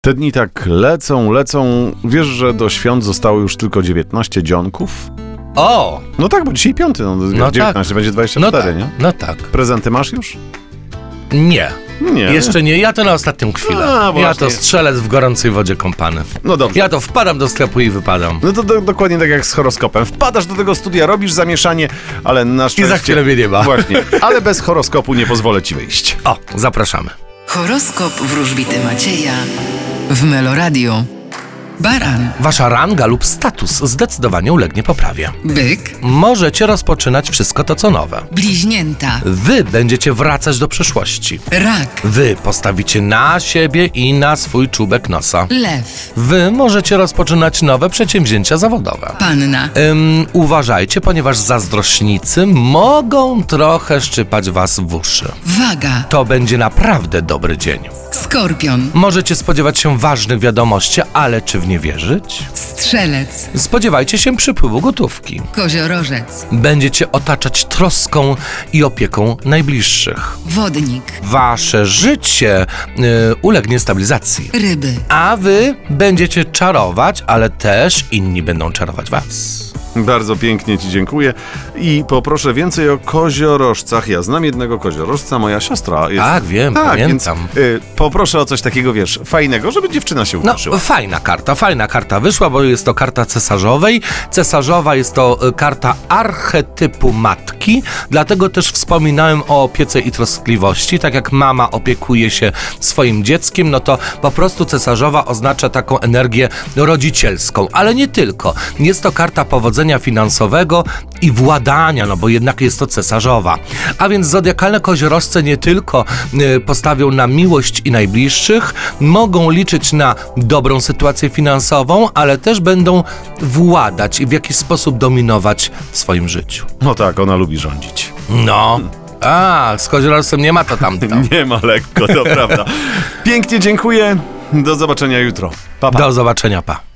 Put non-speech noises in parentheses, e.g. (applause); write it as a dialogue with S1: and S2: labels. S1: Te dni tak lecą, lecą. Wiesz, że do świąt zostało już tylko 19 dzionków?
S2: O!
S1: No tak, bo dzisiaj piąty, no,
S2: No
S1: 19, będzie 24,
S2: No tak,
S1: nie?
S2: no tak.
S1: Prezenty masz już?
S2: Nie,
S1: Nie.
S2: jeszcze nie. Ja to na ostatnią chwilę.
S1: A,
S2: ja
S1: właśnie.
S2: to strzelec w gorącej wodzie kąpany.
S1: No dobrze.
S2: Ja to wpadam do sklepu i wypadam.
S1: No to do, dokładnie tak jak z horoskopem. Wpadasz do tego studia, robisz zamieszanie, ale na
S2: I
S1: szczęście...
S2: za chwilę mnie nie ma. (laughs)
S1: Właśnie, ale bez horoskopu nie pozwolę ci wyjść.
S2: O, zapraszamy.
S3: Horoskop wróżbity Macieja w Meloradio. Baran,
S2: Wasza ranga lub status zdecydowanie ulegnie poprawie.
S3: byk,
S2: Możecie rozpoczynać wszystko to, co nowe.
S3: bliźnięta,
S2: Wy będziecie wracać do przeszłości.
S3: rak,
S2: Wy postawicie na siebie i na swój czubek nosa.
S3: lew,
S2: Wy możecie rozpoczynać nowe przedsięwzięcia zawodowe.
S3: panna,
S2: Ym, uważajcie, ponieważ zazdrośnicy mogą trochę szczypać was w uszy.
S3: waga,
S2: To będzie naprawdę dobry dzień.
S3: skorpion,
S2: Możecie spodziewać się ważnych wiadomości, ale czy w nie wierzyć?
S3: strzelec,
S2: Spodziewajcie się przypływu gotówki.
S3: koziorożec,
S2: Będziecie otaczać troską i opieką najbliższych.
S3: wodnik,
S2: Wasze życie y, ulegnie stabilizacji.
S3: ryby,
S2: A wy będziecie czarować, ale też inni będą czarować was.
S1: Bardzo pięknie ci dziękuję i poproszę więcej o koziorożcach. Ja znam jednego koziorożca, moja siostra jest...
S2: Tak, wiem, pamiętam.
S1: Więc, y, poproszę o coś takiego, wiesz, fajnego, żeby dziewczyna się
S2: No,
S1: ucieszyła.
S2: fajna karta, fajna karta wyszła, bo jest to karta cesarzowej. Cesarzowa jest to y, karta archetypu matki, dlatego też wspominałem o opiece i troskliwości. Tak jak mama opiekuje się swoim dzieckiem, no to po prostu cesarzowa oznacza taką energię rodzicielską, ale nie tylko. Jest to karta powodzenia finansowego i władania, no bo jednak jest to cesarzowa. A więc zodiakalne koziorożce nie tylko y, postawią na miłość i najbliższych, mogą liczyć na dobrą sytuację finansową, ale też będą władać i w jakiś sposób dominować w swoim życiu.
S1: No tak, ona lubi rządzić.
S2: No. A, z koziorożcem nie ma to tamto.
S1: Nie ma lekko, to prawda. Pięknie dziękuję. Do zobaczenia jutro. Pa, pa.
S2: Do zobaczenia, pa.